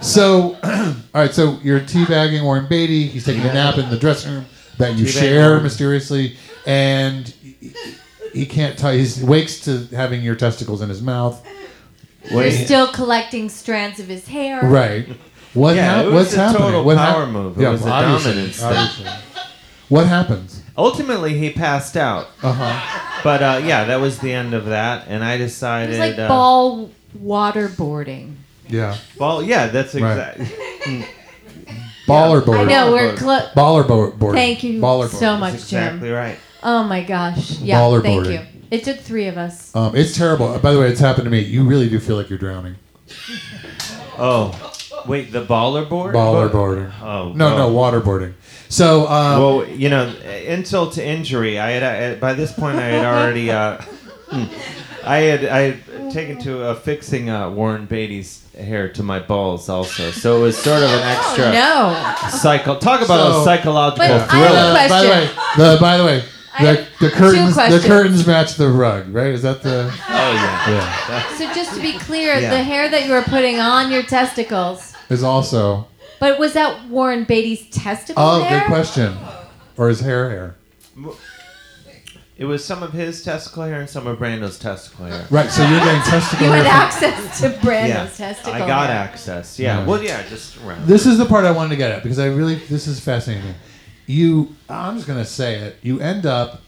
S3: So, [clears throat] all right. So you're teabagging Warren Beatty. He's taking a nap in the dressing room that you
S2: Teabagging
S3: share
S2: Warren.
S3: mysteriously, and he- he can't tell. He wakes to having your testicles in his mouth.
S4: You're
S2: Wait.
S4: still collecting strands of his hair.
S3: Right. What
S2: Yeah,
S3: hap-
S2: it was
S3: what's
S2: a
S3: happening?
S2: total
S3: what
S2: power move. It was a
S3: obviously,
S2: dominant step.
S3: obviously. What happens?
S2: Ultimately, he passed out.
S3: Uh
S4: Uh-huh.
S3: huh.
S2: But uh, yeah, that was the end of that, and I
S4: It
S2: decided.
S4: was like
S2: uh,
S4: ball waterboarding.
S3: Yeah.
S2: Well, yeah, that's [laughs]
S3: Right.
S2: exactly.
S3: Baller board.
S4: I know we're
S2: waterboarding.
S4: close.
S3: Baller bo- board.
S4: Thank you
S3: Baller board.
S4: so much,
S2: That's exactly
S4: Jim.
S2: right.
S4: Oh my gosh. Yeah.
S3: Baller
S4: thank
S3: boarding.
S4: you. It took three of us.
S3: Um, it's terrible. By the way, it's happened to me. You really do feel like you're drowning.
S2: Oh, wait, the baller board.
S3: Baller boarding.
S2: Oh
S3: No,
S2: well.
S3: no, waterboarding. So, um,
S2: Well, you know, insult to injury. I had I, by this point I had already. Uh, I had I had taken to uh, fixing uh, Warren Beatty's hair to my balls also, so it was sort of an extra
S4: No.
S2: cycle. Talk about
S3: So-
S2: a psychological
S4: But [gasps] I
S2: thriller.
S4: have a
S3: Uh, by the way, the, by the way,
S4: I
S3: the,
S4: have
S3: the
S4: two
S3: curtains the
S4: questions.
S3: curtains match the rug, right? Is that the
S2: oh yeah.
S3: yeah?
S4: So just to be clear,
S2: Yeah.
S4: the hair that you were putting on your testicles,
S3: Is also
S4: but was that Warren Beatty's testicle
S3: oh,
S4: hair?
S3: good question. Or is hair hair?
S2: It was some of his testicle hair and some of Brando's testicle hair.
S3: Right. So you're
S4: [laughs]
S3: getting testicle
S4: You
S3: hair.
S4: had
S3: from-
S4: access to Brando's
S2: [laughs] Yeah,
S4: testicle
S2: I got
S4: hair.
S2: access. Yeah.
S3: Yeah.
S2: Well, yeah, just around.
S3: this is the part I wanted to get at because I really this is fascinating. You, I'm just gonna say it. You end up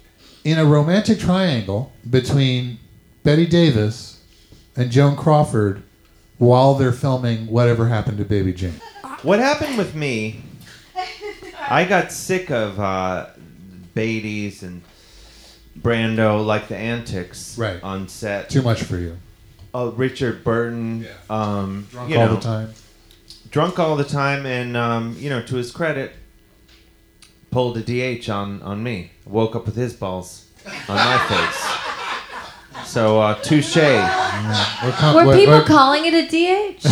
S3: in a romantic triangle between Betty Davis and Joan Crawford while they're filming whatever happened to Baby Jane.
S2: What happened with me? I got sick of uh, Beatty's and Brando, like the antics
S3: Right.
S2: on set.
S3: Too much for you.
S2: Oh, Richard Burton,
S3: Yeah.
S2: um,
S3: Drunk
S2: you
S3: all
S2: know,
S3: the time.
S2: drunk all the time, and um, you know, to his credit, pulled a DH on on me. Woke up with his balls on my face. So uh, touche.
S3: Or com-
S4: Were
S3: what-
S4: people
S3: what-
S4: calling it a
S3: [laughs]
S4: DH?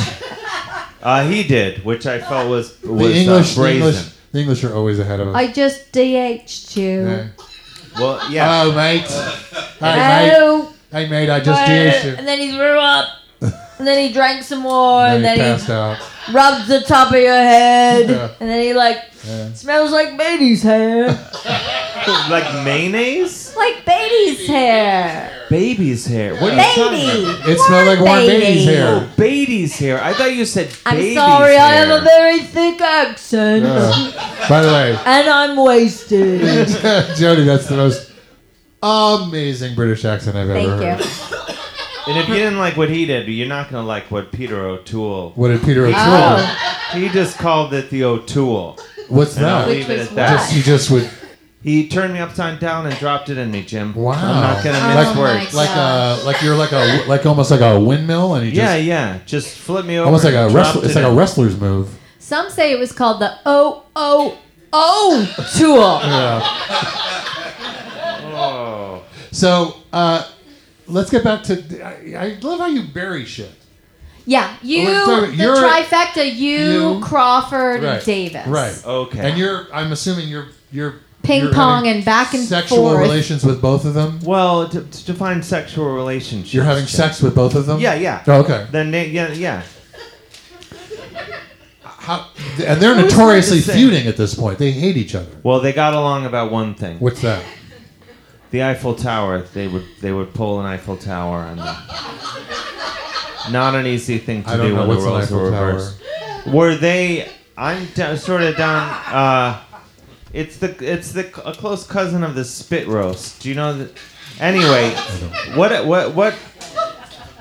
S2: Uh, he did, which I felt was
S3: the
S2: was
S3: English,
S2: uh,
S3: the
S2: brazen.
S3: English, the English are always ahead of us.
S4: I just DH'd you.
S3: Yeah.
S2: Well, yeah.
S3: Oh, mate. Hi, mate.
S4: Oh,
S3: Hey, mate. I just DH'd you.
S4: and then he threw up. And then he drank some more,
S3: And
S4: and
S3: he
S4: then
S3: passed
S4: he
S3: out.
S4: rubbed the top of your head,
S3: Yeah.
S4: and then he like
S3: Yeah.
S4: smells like Beatty's hair,
S2: like mayonnaise?
S4: like Beatty's hair,
S2: Baby's hair. What are you talking
S4: Beatty.
S2: about?
S3: It smelled like warm
S4: baby.
S3: baby's hair.
S2: Oh, Baby's hair. I thought you said
S4: I'm
S2: baby's
S4: sorry, I
S2: hair.
S4: have a very thick accent,
S3: Yeah. Uh, By the way,
S4: and
S3: [laughs]
S4: I'm wasted.
S3: Jody, that's the most amazing British accent I've ever
S4: Thank
S3: heard.
S4: you.
S2: And if you didn't like what he did, you're not gonna like what Peter O'Toole.
S3: What did Peter O'Toole?
S4: Oh.
S2: He just called it the O'Toole.
S3: What's
S2: And uh, I'll
S3: that?
S4: Which
S2: leave it
S4: was
S2: at that.
S3: Just, you just would
S2: He turned me upside down and dropped it in me, Jim.
S3: Wow.
S2: I'm not gonna
S4: Oh
S2: miss
S4: my
S2: words.
S3: like a like you're like a like almost like a windmill, and you just
S2: yeah, yeah. Just flip me over.
S3: almost like a
S2: and
S3: wrestler.
S2: dropped
S3: It's
S2: it
S3: like a
S2: in.
S3: wrestler's move.
S4: Some say it was called the O O O tool.
S3: Yeah.
S2: Oh.
S3: So uh, let's get back to. I, I love how you bury shit.
S4: Yeah, you,
S3: Well, so
S4: the
S3: Oh, you're-
S4: trifecta, you,
S3: you-
S4: Crawford,
S3: Right.
S4: Davis.
S3: Right.
S2: Okay.
S3: And you're. I'm assuming you're. You're.
S4: Ping
S3: you're
S4: pong
S3: having
S4: and back and
S3: sexual
S4: forth.
S3: relations with both of them.
S2: Well, to, to define sexual relationships.
S3: You're having
S2: Jim.
S3: sex with both of them.
S2: Yeah, yeah.
S3: Oh, okay.
S2: Then they, yeah, yeah.
S3: How, and they're
S2: Who's like
S3: notoriously
S2: the same?
S3: feuding at this point. They hate each other.
S2: Well, they got along about one thing.
S3: What's that?
S2: The Eiffel Tower. They would they would pull an Eiffel Tower on them. Not an easy thing to
S3: I don't
S2: do
S3: know
S2: when the
S3: what's an
S2: roles were
S3: Eiffel Tower.
S2: reversed. Were they? I'm d- sort of down. Uh, it's the it's the a close cousin of the spit roast. Do you know? The, anyway, what what what?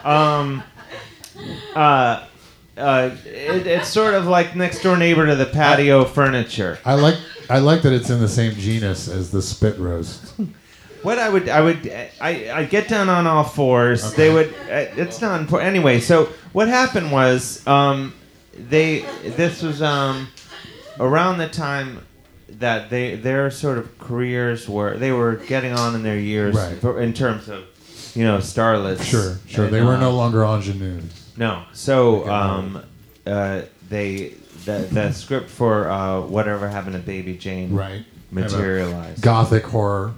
S2: Um. Uh. Uh, it, it's sort of like next door neighbor to the patio furniture.
S3: I like. I like that it's in the same genus as the spit roast.
S2: What I would, I would, I, I get down on all fours. They would. uh, It's not important anyway. So what happened was, um, they. This was um, around the time that they their sort of careers were they were getting on in their years
S3: Right.
S2: for- in terms of, you know, starlets.
S3: Sure, sure.
S2: And,
S3: they were
S2: uh,
S3: no longer ingenues.
S2: no. So
S3: Okay.
S2: um, uh, they the the script for uh, whatever happened to Baby Jane
S3: Right.
S2: materialized.
S3: Gothic horror.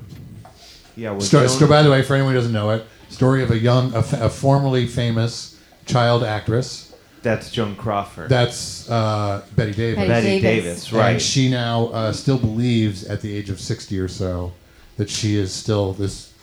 S2: Yeah. with
S3: Sto-
S2: Joan-
S3: sto- by the way, for anyone who doesn't know it, story of a young, a, fa- a formerly famous child actress.
S2: that's Joan Crawford.
S3: That's uh, Betty Davis.
S4: Betty
S2: Betty
S4: Davis.
S2: Davis,
S3: And
S2: right?
S3: she now uh, still believes, at the age of sixty or so, that she is still this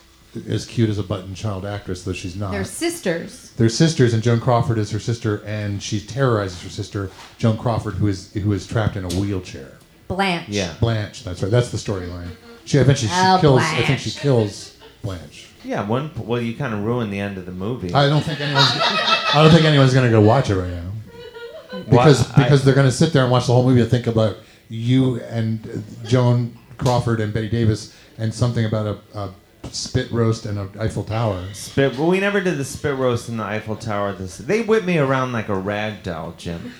S3: as cute as a button child actress, though she's not.
S4: They're sisters.
S3: They're sisters, and Joan Crawford is her sister, and she terrorizes her sister, Joan Crawford, who is who is trapped in a wheelchair.
S4: Blanche.
S2: Yeah.
S3: Blanche. That's right. That's the storyline. She eventually she
S4: Oh,
S3: kills. I
S4: Blanche.
S3: think she kills Blanche.
S2: Yeah, one. Well, you kind of ruined the end of the movie.
S3: I don't think anyone's. I don't think anyone's going to go watch it right now because
S2: Why- I-
S3: because they're going to sit there and watch the whole movie and think about you and uh, Joan Crawford and Betty Davis and something about a, a spit roast and an Eiffel Tower.
S2: spit. Well, we never did the spit roast in the Eiffel Tower. This they whip me around like a rag doll, Jim.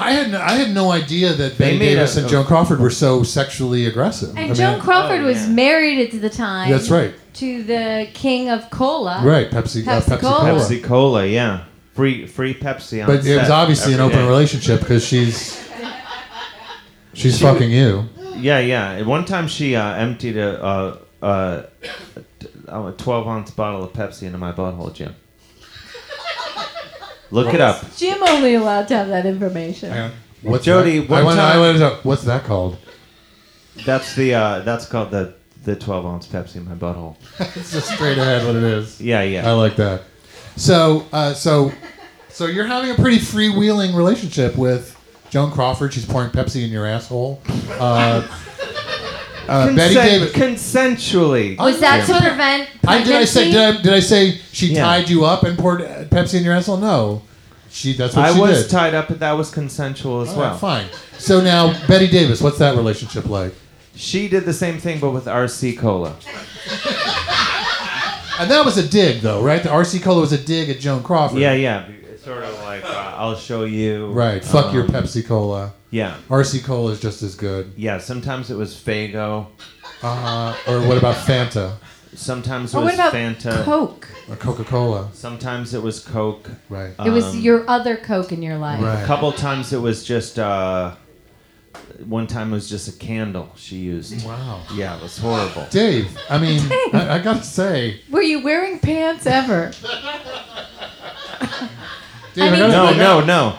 S3: I had no, I had no idea that Betty
S2: made
S3: Davis
S2: a-
S3: and Joan Crawford were so sexually aggressive. I
S4: And
S3: mean,
S4: Joan Crawford
S2: oh,
S4: was
S2: yeah.
S4: married at the time.
S3: That's right.
S4: To the king of cola.
S3: Right, Pepsi, uh, Pepsi
S4: Pepsi Cola.
S3: Cola.
S2: Pepsi Cola, yeah, free free Pepsi on.
S3: But it was
S2: set
S3: obviously an
S2: every
S3: open
S2: day.
S3: relationship because she's she's fucking you.
S2: Yeah, yeah. At One time she uh, emptied a, uh, uh, a twelve ounce bottle of Pepsi into my butthole, Jim. Look it up.
S4: Jim only allowed to have that information.
S3: What's
S2: Jody,
S3: that?
S2: one
S3: I wanna- I
S2: time-
S3: wanna know- what's that called?
S2: That's the uh, that's called the the twelve ounce Pepsi in my butthole.
S3: It's just straight ahead what it is.
S2: Yeah,
S3: I
S2: yeah.
S3: like that. So, uh, so, so you're having a pretty freewheeling relationship with Joan Crawford. She's pouring Pepsi in your asshole. Uh, uh, Betty Davis.
S2: Consent- consensually.
S4: Was that to prevent
S3: I, did I say? Did I, did I say she
S2: Yeah.
S3: tied you up and poured uh, Pepsi in your asshole? No, she. That's what
S2: I
S3: she
S2: was
S3: did.
S2: tied up, but that was consensual as
S3: All right,
S2: well.
S3: fine. So now Betty Davis, what's that relationship like?
S2: She did the same thing, but with RC Cola.
S3: And that was a dig, though, right? The RC Cola was a dig at Joan Crawford.
S2: Yeah, yeah. It's sort of like uh, I'll show you.
S3: Right. Fuck your
S2: Um,
S3: Pepsi Cola.
S2: Yeah,
S3: RC Cola is just as good.
S2: yeah. Sometimes it was Fago.
S3: Uh, or what about Fanta?
S2: sometimes it
S4: Or
S2: was
S4: what about
S2: Fanta.
S4: Coke?
S3: Or Coca Cola.
S2: Sometimes it was Coke.
S3: Right.
S4: it was
S2: Um,
S4: your other Coke in your life.
S3: Right.
S2: A couple times it was just. Uh, one time it was just a candle she used.
S3: Wow.
S2: Yeah, it was horrible.
S3: Dave, I
S4: [laughs]
S3: mean, I, I gotta say,
S4: Were you wearing
S3: [laughs]
S4: pants ever?
S3: Dave,
S4: I mean-
S3: gotta-
S2: No,
S3: I
S2: no,
S3: gotta-
S2: no.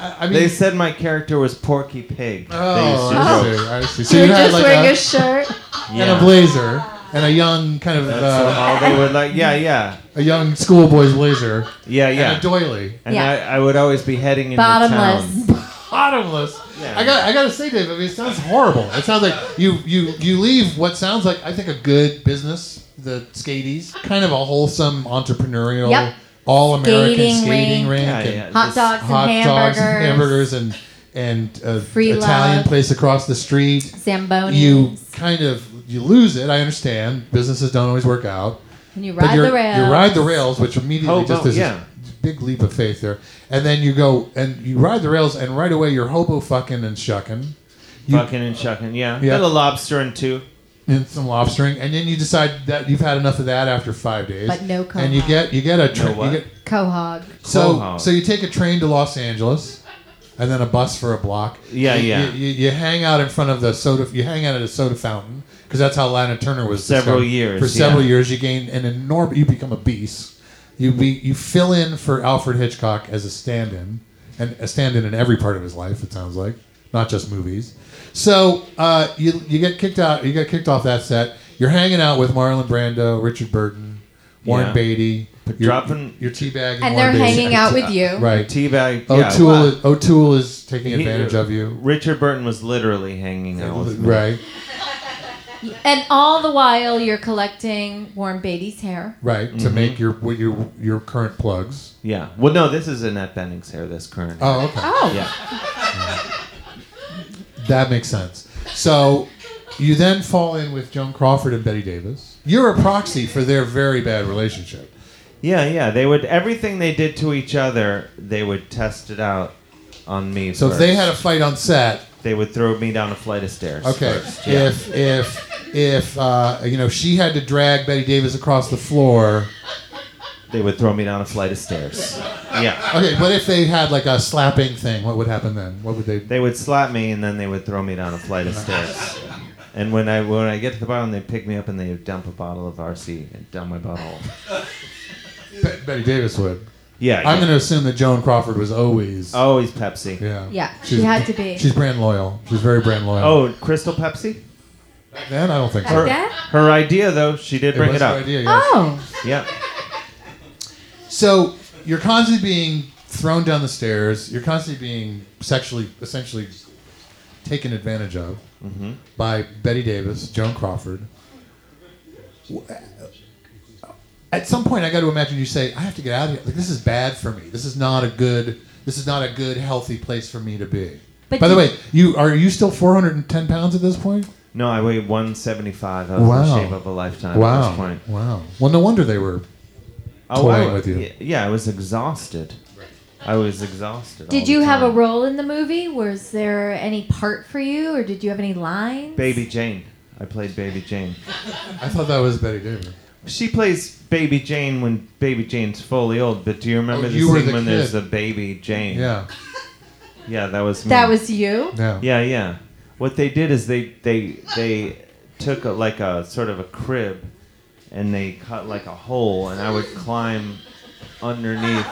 S3: I, I mean,
S2: They said my character was Porky Pig. they
S3: oh,
S2: used to
S3: I
S2: joke.
S3: see, I see. So
S4: you
S3: you
S4: were
S3: had
S4: just
S3: like
S4: wearing
S3: a,
S4: a shirt.
S2: Yeah.
S3: and a blazer and a young kind of
S2: That's
S3: uh,
S2: all they would like. Yeah, yeah,
S3: a young schoolboy's blazer
S2: yeah,
S3: and
S2: yeah.
S3: a doily.
S2: And
S4: Yeah.
S2: I, I would always be heading into town.
S4: Bottomless.
S3: bottomless.
S2: Yeah.
S3: I got I gotta say, Dave. I mean, it sounds horrible. It sounds like you you you leave what sounds like I think a good business, the skaties, kind of a wholesome entrepreneurial,
S4: Yep.
S3: all American
S4: Skating
S3: skating,
S4: rink.
S3: rink,
S2: Yeah,
S3: and
S2: yeah.
S4: Hot
S2: This-
S4: dogs and
S3: hot
S4: hamburgers.
S3: dogs and hamburgers and and uh,
S4: Free
S3: Italian
S4: love.
S3: place across the street.
S4: Zambonis.
S3: You kind of you lose it. I understand businesses don't always work out.
S4: and you
S3: But
S4: ride
S3: you're-
S4: the rail.
S3: You ride the rails, which immediately
S2: Hobo,
S3: just is
S2: Oh, yeah.
S3: this big leap of faith there. And then you go and you ride the rails, and right away you're hobo fucking and shucking, you-
S2: Fucking and chucking, yeah.
S3: Yeah.
S2: Got a lobster and two.
S3: and some lobstering, and then you decide that you've had enough of that after five days.
S4: But no coke.
S3: And you get you get a train.
S2: what?
S4: Quahog.
S3: so
S2: Quahog.
S3: so you take a train to Los Angeles, and then a bus for a block.
S2: Yeah,
S3: You-
S2: yeah.
S3: You, you, you hang out in front of the soda. You hang out at a soda fountain because that's how Lana Turner was
S2: Several
S3: discovered.
S2: years,
S3: For several
S2: yeah.
S3: years, you gain an enormous. You become a beast. You be you fill in for Alfred Hitchcock as a stand-in, and a stand-in in every part of his life. It sounds like not just movies. So uh, you you get kicked out. You get kicked off that set. You're hanging out with Marlon Brando, Richard Burton, Warren
S2: Yeah.
S3: Beatty. You're,
S2: dropping-
S3: you're teabagging.
S4: And
S3: Warren
S4: they're
S3: Beatty.
S4: hanging out with you.
S3: Right.
S2: Teabag. yeah,
S3: O'Toole,
S2: wow.
S3: is, O'Toole is taking
S2: He-
S3: advantage of you.
S2: Richard Burton was literally hanging out with me.
S3: Right,
S4: And all the while, you're collecting Warren Beatty's hair.
S3: right.
S2: Mm-hmm.
S3: To make your what your your current plugs.
S2: Yeah. Well, no, this is Annette Benning's hair, this current.
S3: Oh, okay.
S4: Oh,
S2: Yeah.
S3: That makes sense. So you then fall in with Joan Crawford and Betty Davis. You're a proxy for their very bad relationship.
S2: Yeah, yeah. They would everything they did to each other, they would test it out on me.
S3: So if
S2: first.
S3: they had a fight on set,
S2: they would throw me down a flight of stairs.
S3: okay.
S2: first, yeah.
S3: If if if uh, you know she had to drag Betty Davis across the floor.
S2: They would throw me down a flight of stairs. Yeah.
S3: Okay, what if they had like a slapping thing? What would happen then? What would they?
S2: They would slap me and then they would throw me down a flight
S3: Uh-huh.
S2: of stairs. And when I when I get to the bottom, they pick me up and they dump a bottle of RC and down my
S3: [laughs]
S2: butthole.
S3: Be- Betty Davis would.
S2: Yeah.
S3: I'm
S2: yeah.
S3: going to assume that Joan Crawford was always.
S2: Always Pepsi.
S3: Yeah.
S4: Yeah, she had to be.
S3: She's brand loyal. She's very brand loyal.
S2: Oh, Crystal Pepsi.
S3: then I don't think so.
S4: Her-
S2: Her,
S4: That?
S2: her idea though, she did bring
S3: was
S2: it
S3: her
S2: up.
S3: idea, yes.
S4: Oh,
S2: Yeah.
S3: So you're constantly being thrown down the stairs. You're constantly being sexually, essentially, taken advantage of
S2: Mm-hmm.
S3: by Betty Davis, Joan Crawford. W- At some point, I got to imagine you say, "I have to get out of here. Like this is bad for me. This is not a good. This is not a good, healthy place for me to be."
S4: But
S3: by the
S4: you-
S3: way, you are you still 410 pounds at this point?
S2: No, I weighed 175. I was
S3: Wow.
S2: in the shape of a lifetime at this
S3: Wow.
S2: point.
S3: Wow. Well, no wonder they were.
S2: I
S3: toying
S2: wa-
S3: with you.
S2: y- Yeah, I was exhausted. I was exhausted. all
S4: did
S2: the
S4: you have a
S2: time.
S4: role in the movie? Was there any part for you, or did you have any lines?
S2: Baby Jane. I played Baby Jane.
S3: I thought that was Betty Davis.
S2: She plays Baby Jane when Baby Jane's fully old. But do you remember
S3: Oh,
S2: the
S3: you were
S2: scene
S3: the
S2: when there's
S3: kid.
S2: a Baby Jane?
S3: Yeah.
S2: Yeah, that was me.
S4: That was you.
S3: Yeah.
S2: Yeah, yeah. What they did is they they they took a, like a sort of a crib, and they cut like a hole, and I would climb underneath,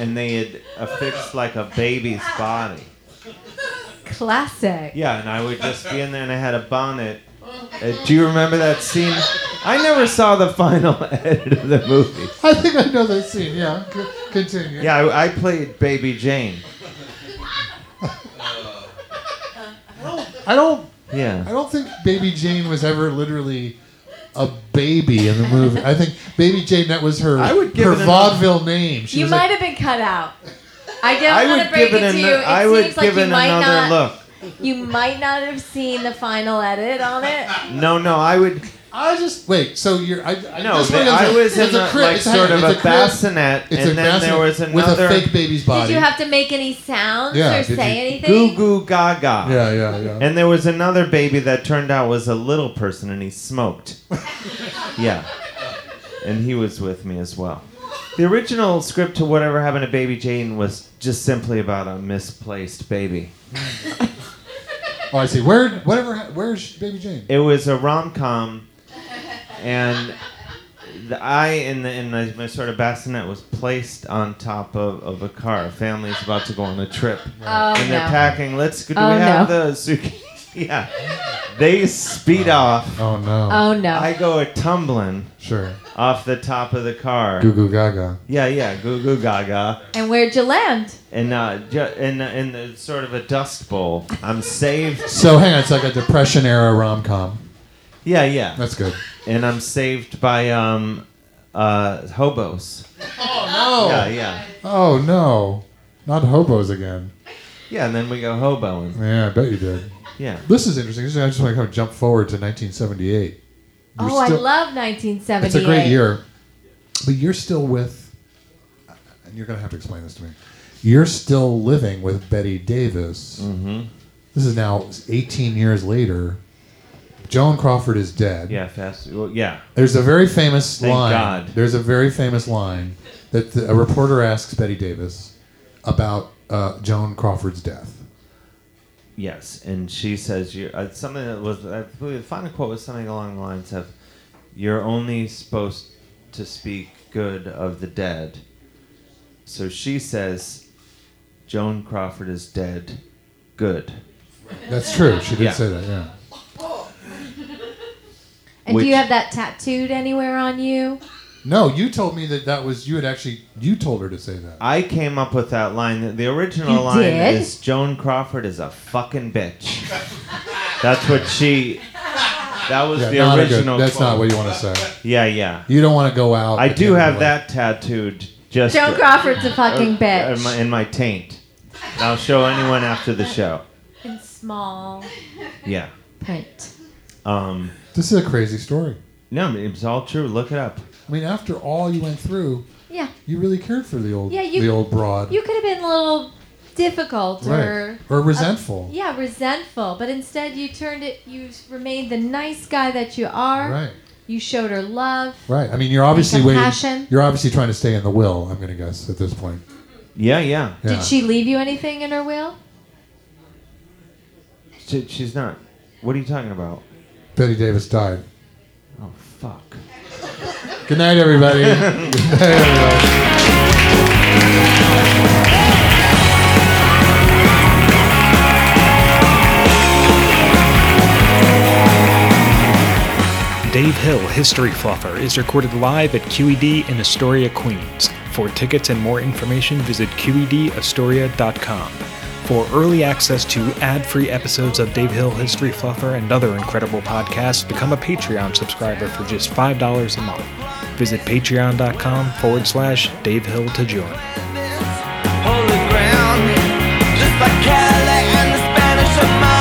S2: and they had affixed like a baby's body.
S4: Classic.
S2: Yeah, and I would just be in there, and I had a bonnet. Uh, do you remember that scene? I never saw the final [laughs] edit of the movie.
S3: [laughs] I think I know that scene. Yeah, C- continue.
S2: Yeah, I, I played Baby Jane.
S3: I don't. I
S2: Yeah.
S3: don't think Baby Jane was ever literally a baby in the movie. I think Baby Jane that was her
S2: I would give
S3: her
S2: it an-
S3: vaudeville name. She
S4: You
S3: was
S4: might
S3: like,
S4: have been cut out. I don't
S2: I
S4: want
S2: would
S4: to break
S2: give
S4: it,
S2: it
S4: to
S2: an,
S4: you. It
S2: I would
S4: seems like
S2: give
S4: you
S2: it
S4: might
S2: another
S4: not.
S2: look.
S4: You might not have seen the final edit on it.
S2: No, no, I would
S3: I just wait. So you're I, I
S2: No,
S3: this
S2: but
S3: one is
S2: I
S3: a-
S2: was
S3: it's
S2: in a,
S3: crib-
S2: like
S3: it's a-
S2: sort of
S3: it's
S2: a,
S3: crib-
S2: bassinet,
S3: It's a
S2: and then there
S3: bassinet
S2: was another
S3: with a fake baby's
S4: Did
S3: body.
S4: you have to make any sounds
S3: Yeah,
S4: or
S3: did
S4: say
S3: you-
S4: anything?
S2: goo goo gaga.
S3: yeah, yeah, yeah.
S2: And there was another baby that turned out was a little person and he
S4: [laughs]
S2: smoked. yeah. And he was with me as well. The original script to Whatever Happened to Baby Jane was just simply about a misplaced baby.
S3: oh, I see. Where, whatever, ha- where's Baby Jane?
S2: It was a rom com, and the, I in the in the, my sort of bassinet was placed on top of, of a car. A family's about to go on a trip,
S4: Oh,
S2: and they're
S4: no.
S2: packing. Let's do
S4: Oh,
S2: we have
S4: no.
S2: the suitcase? [laughs] yeah, they speed off.
S3: Oh no.
S4: Oh no.
S2: I go a tumbling
S3: sure.
S2: off the top of the car.
S3: Goo goo gaga.
S2: Yeah, yeah, goo goo gaga,
S4: and where'd you land?
S2: and uh, ju- and and it's sort of a dust bowl. I'm saved.
S3: So hang on, it's like a Depression era rom com.
S2: Yeah, yeah.
S3: That's good.
S2: and I'm saved by um, uh, hobos.
S3: Oh.
S2: Yeah, yeah,
S3: Oh no. Not hobos again.
S2: yeah. And then we go hoboing.
S3: Yeah, I bet you did.
S2: Yeah,
S3: This is interesting. This is- I just want to kind of jump forward to 1978. You're
S4: oh, I
S3: still-
S4: love 1978.
S3: It's a great year. But you're still with, and you're going to have to explain this to me. You're still living with Betty Davis. Mm-hmm. This is now 18 years later. Joan Crawford is dead.
S2: yeah. Fast. Well, yeah,
S3: There's a very famous
S2: Thank
S3: line.
S2: God.
S3: There's a very famous line that the, a reporter asks Betty Davis about uh, Joan Crawford's death.
S2: yes. And she says, "You." Uh, something that was. I believe the final quote was something along the lines of, "You're only supposed to speak good of the dead." So she says, "Joan Crawford is dead. Good."
S3: That's true. She did
S2: Yeah.
S3: say that. Yeah.
S4: And do
S2: Which-
S4: you have that tattooed anywhere on you?
S3: No, you told me that that was you had actually you told her to say that.
S2: I came up with that line. The- The original
S4: You
S2: line
S4: did?
S2: is Joan Crawford is a fucking bitch. that's what she. That was
S3: Yeah,
S2: the
S3: not a good-
S2: original.
S3: that's
S2: quote.
S3: not what you want to say.
S2: Yeah, yeah.
S3: You don't want to go out.
S2: I
S3: at the
S2: do
S3: end of
S2: have
S3: the
S2: that tattooed. Just
S4: Joan Crawford's a
S2: uh,
S4: fucking bitch.
S2: In my, in my taint. And I'll show anyone after the show.
S4: In small
S2: Yeah.
S4: print.
S2: Um.
S3: night. This is a crazy story.
S2: No, I mean, it's all true. Look it up.
S3: I mean, after all you went through,
S4: Yeah.
S3: you really cared for the old
S4: Yeah, you-
S3: the old broad,
S4: You could have been a little difficult
S3: right?
S4: or
S3: Or resentful,
S4: yeah, resentful, but instead you turned it you remained the nice guy that you are.
S3: right?
S4: You showed her love.
S3: Right. I mean, you're obviously waiting.
S4: compassion.
S3: You're obviously trying to stay in the will. I'm going to guess at this point.
S2: Yeah, yeah.
S3: Yeah.
S4: Did she leave you anything in her will?
S2: She, she's not. What are you talking about?
S3: Betty Davis died.
S2: Oh fuck.
S3: Good night, everybody. Good night, everybody.
S5: Dave Hill History Fluffer is recorded live at QED in Astoria, Queens. For tickets and more information, visit E QEDAstoria.com. For early access to ad free episodes of Dave Hill History Fluffer and other incredible podcasts, become a Patreon subscriber for just $5 a month. Visit patreon.com forward slash Dave Hill to join.
S6: Holy ground, just like Cadillac and the Spanish of my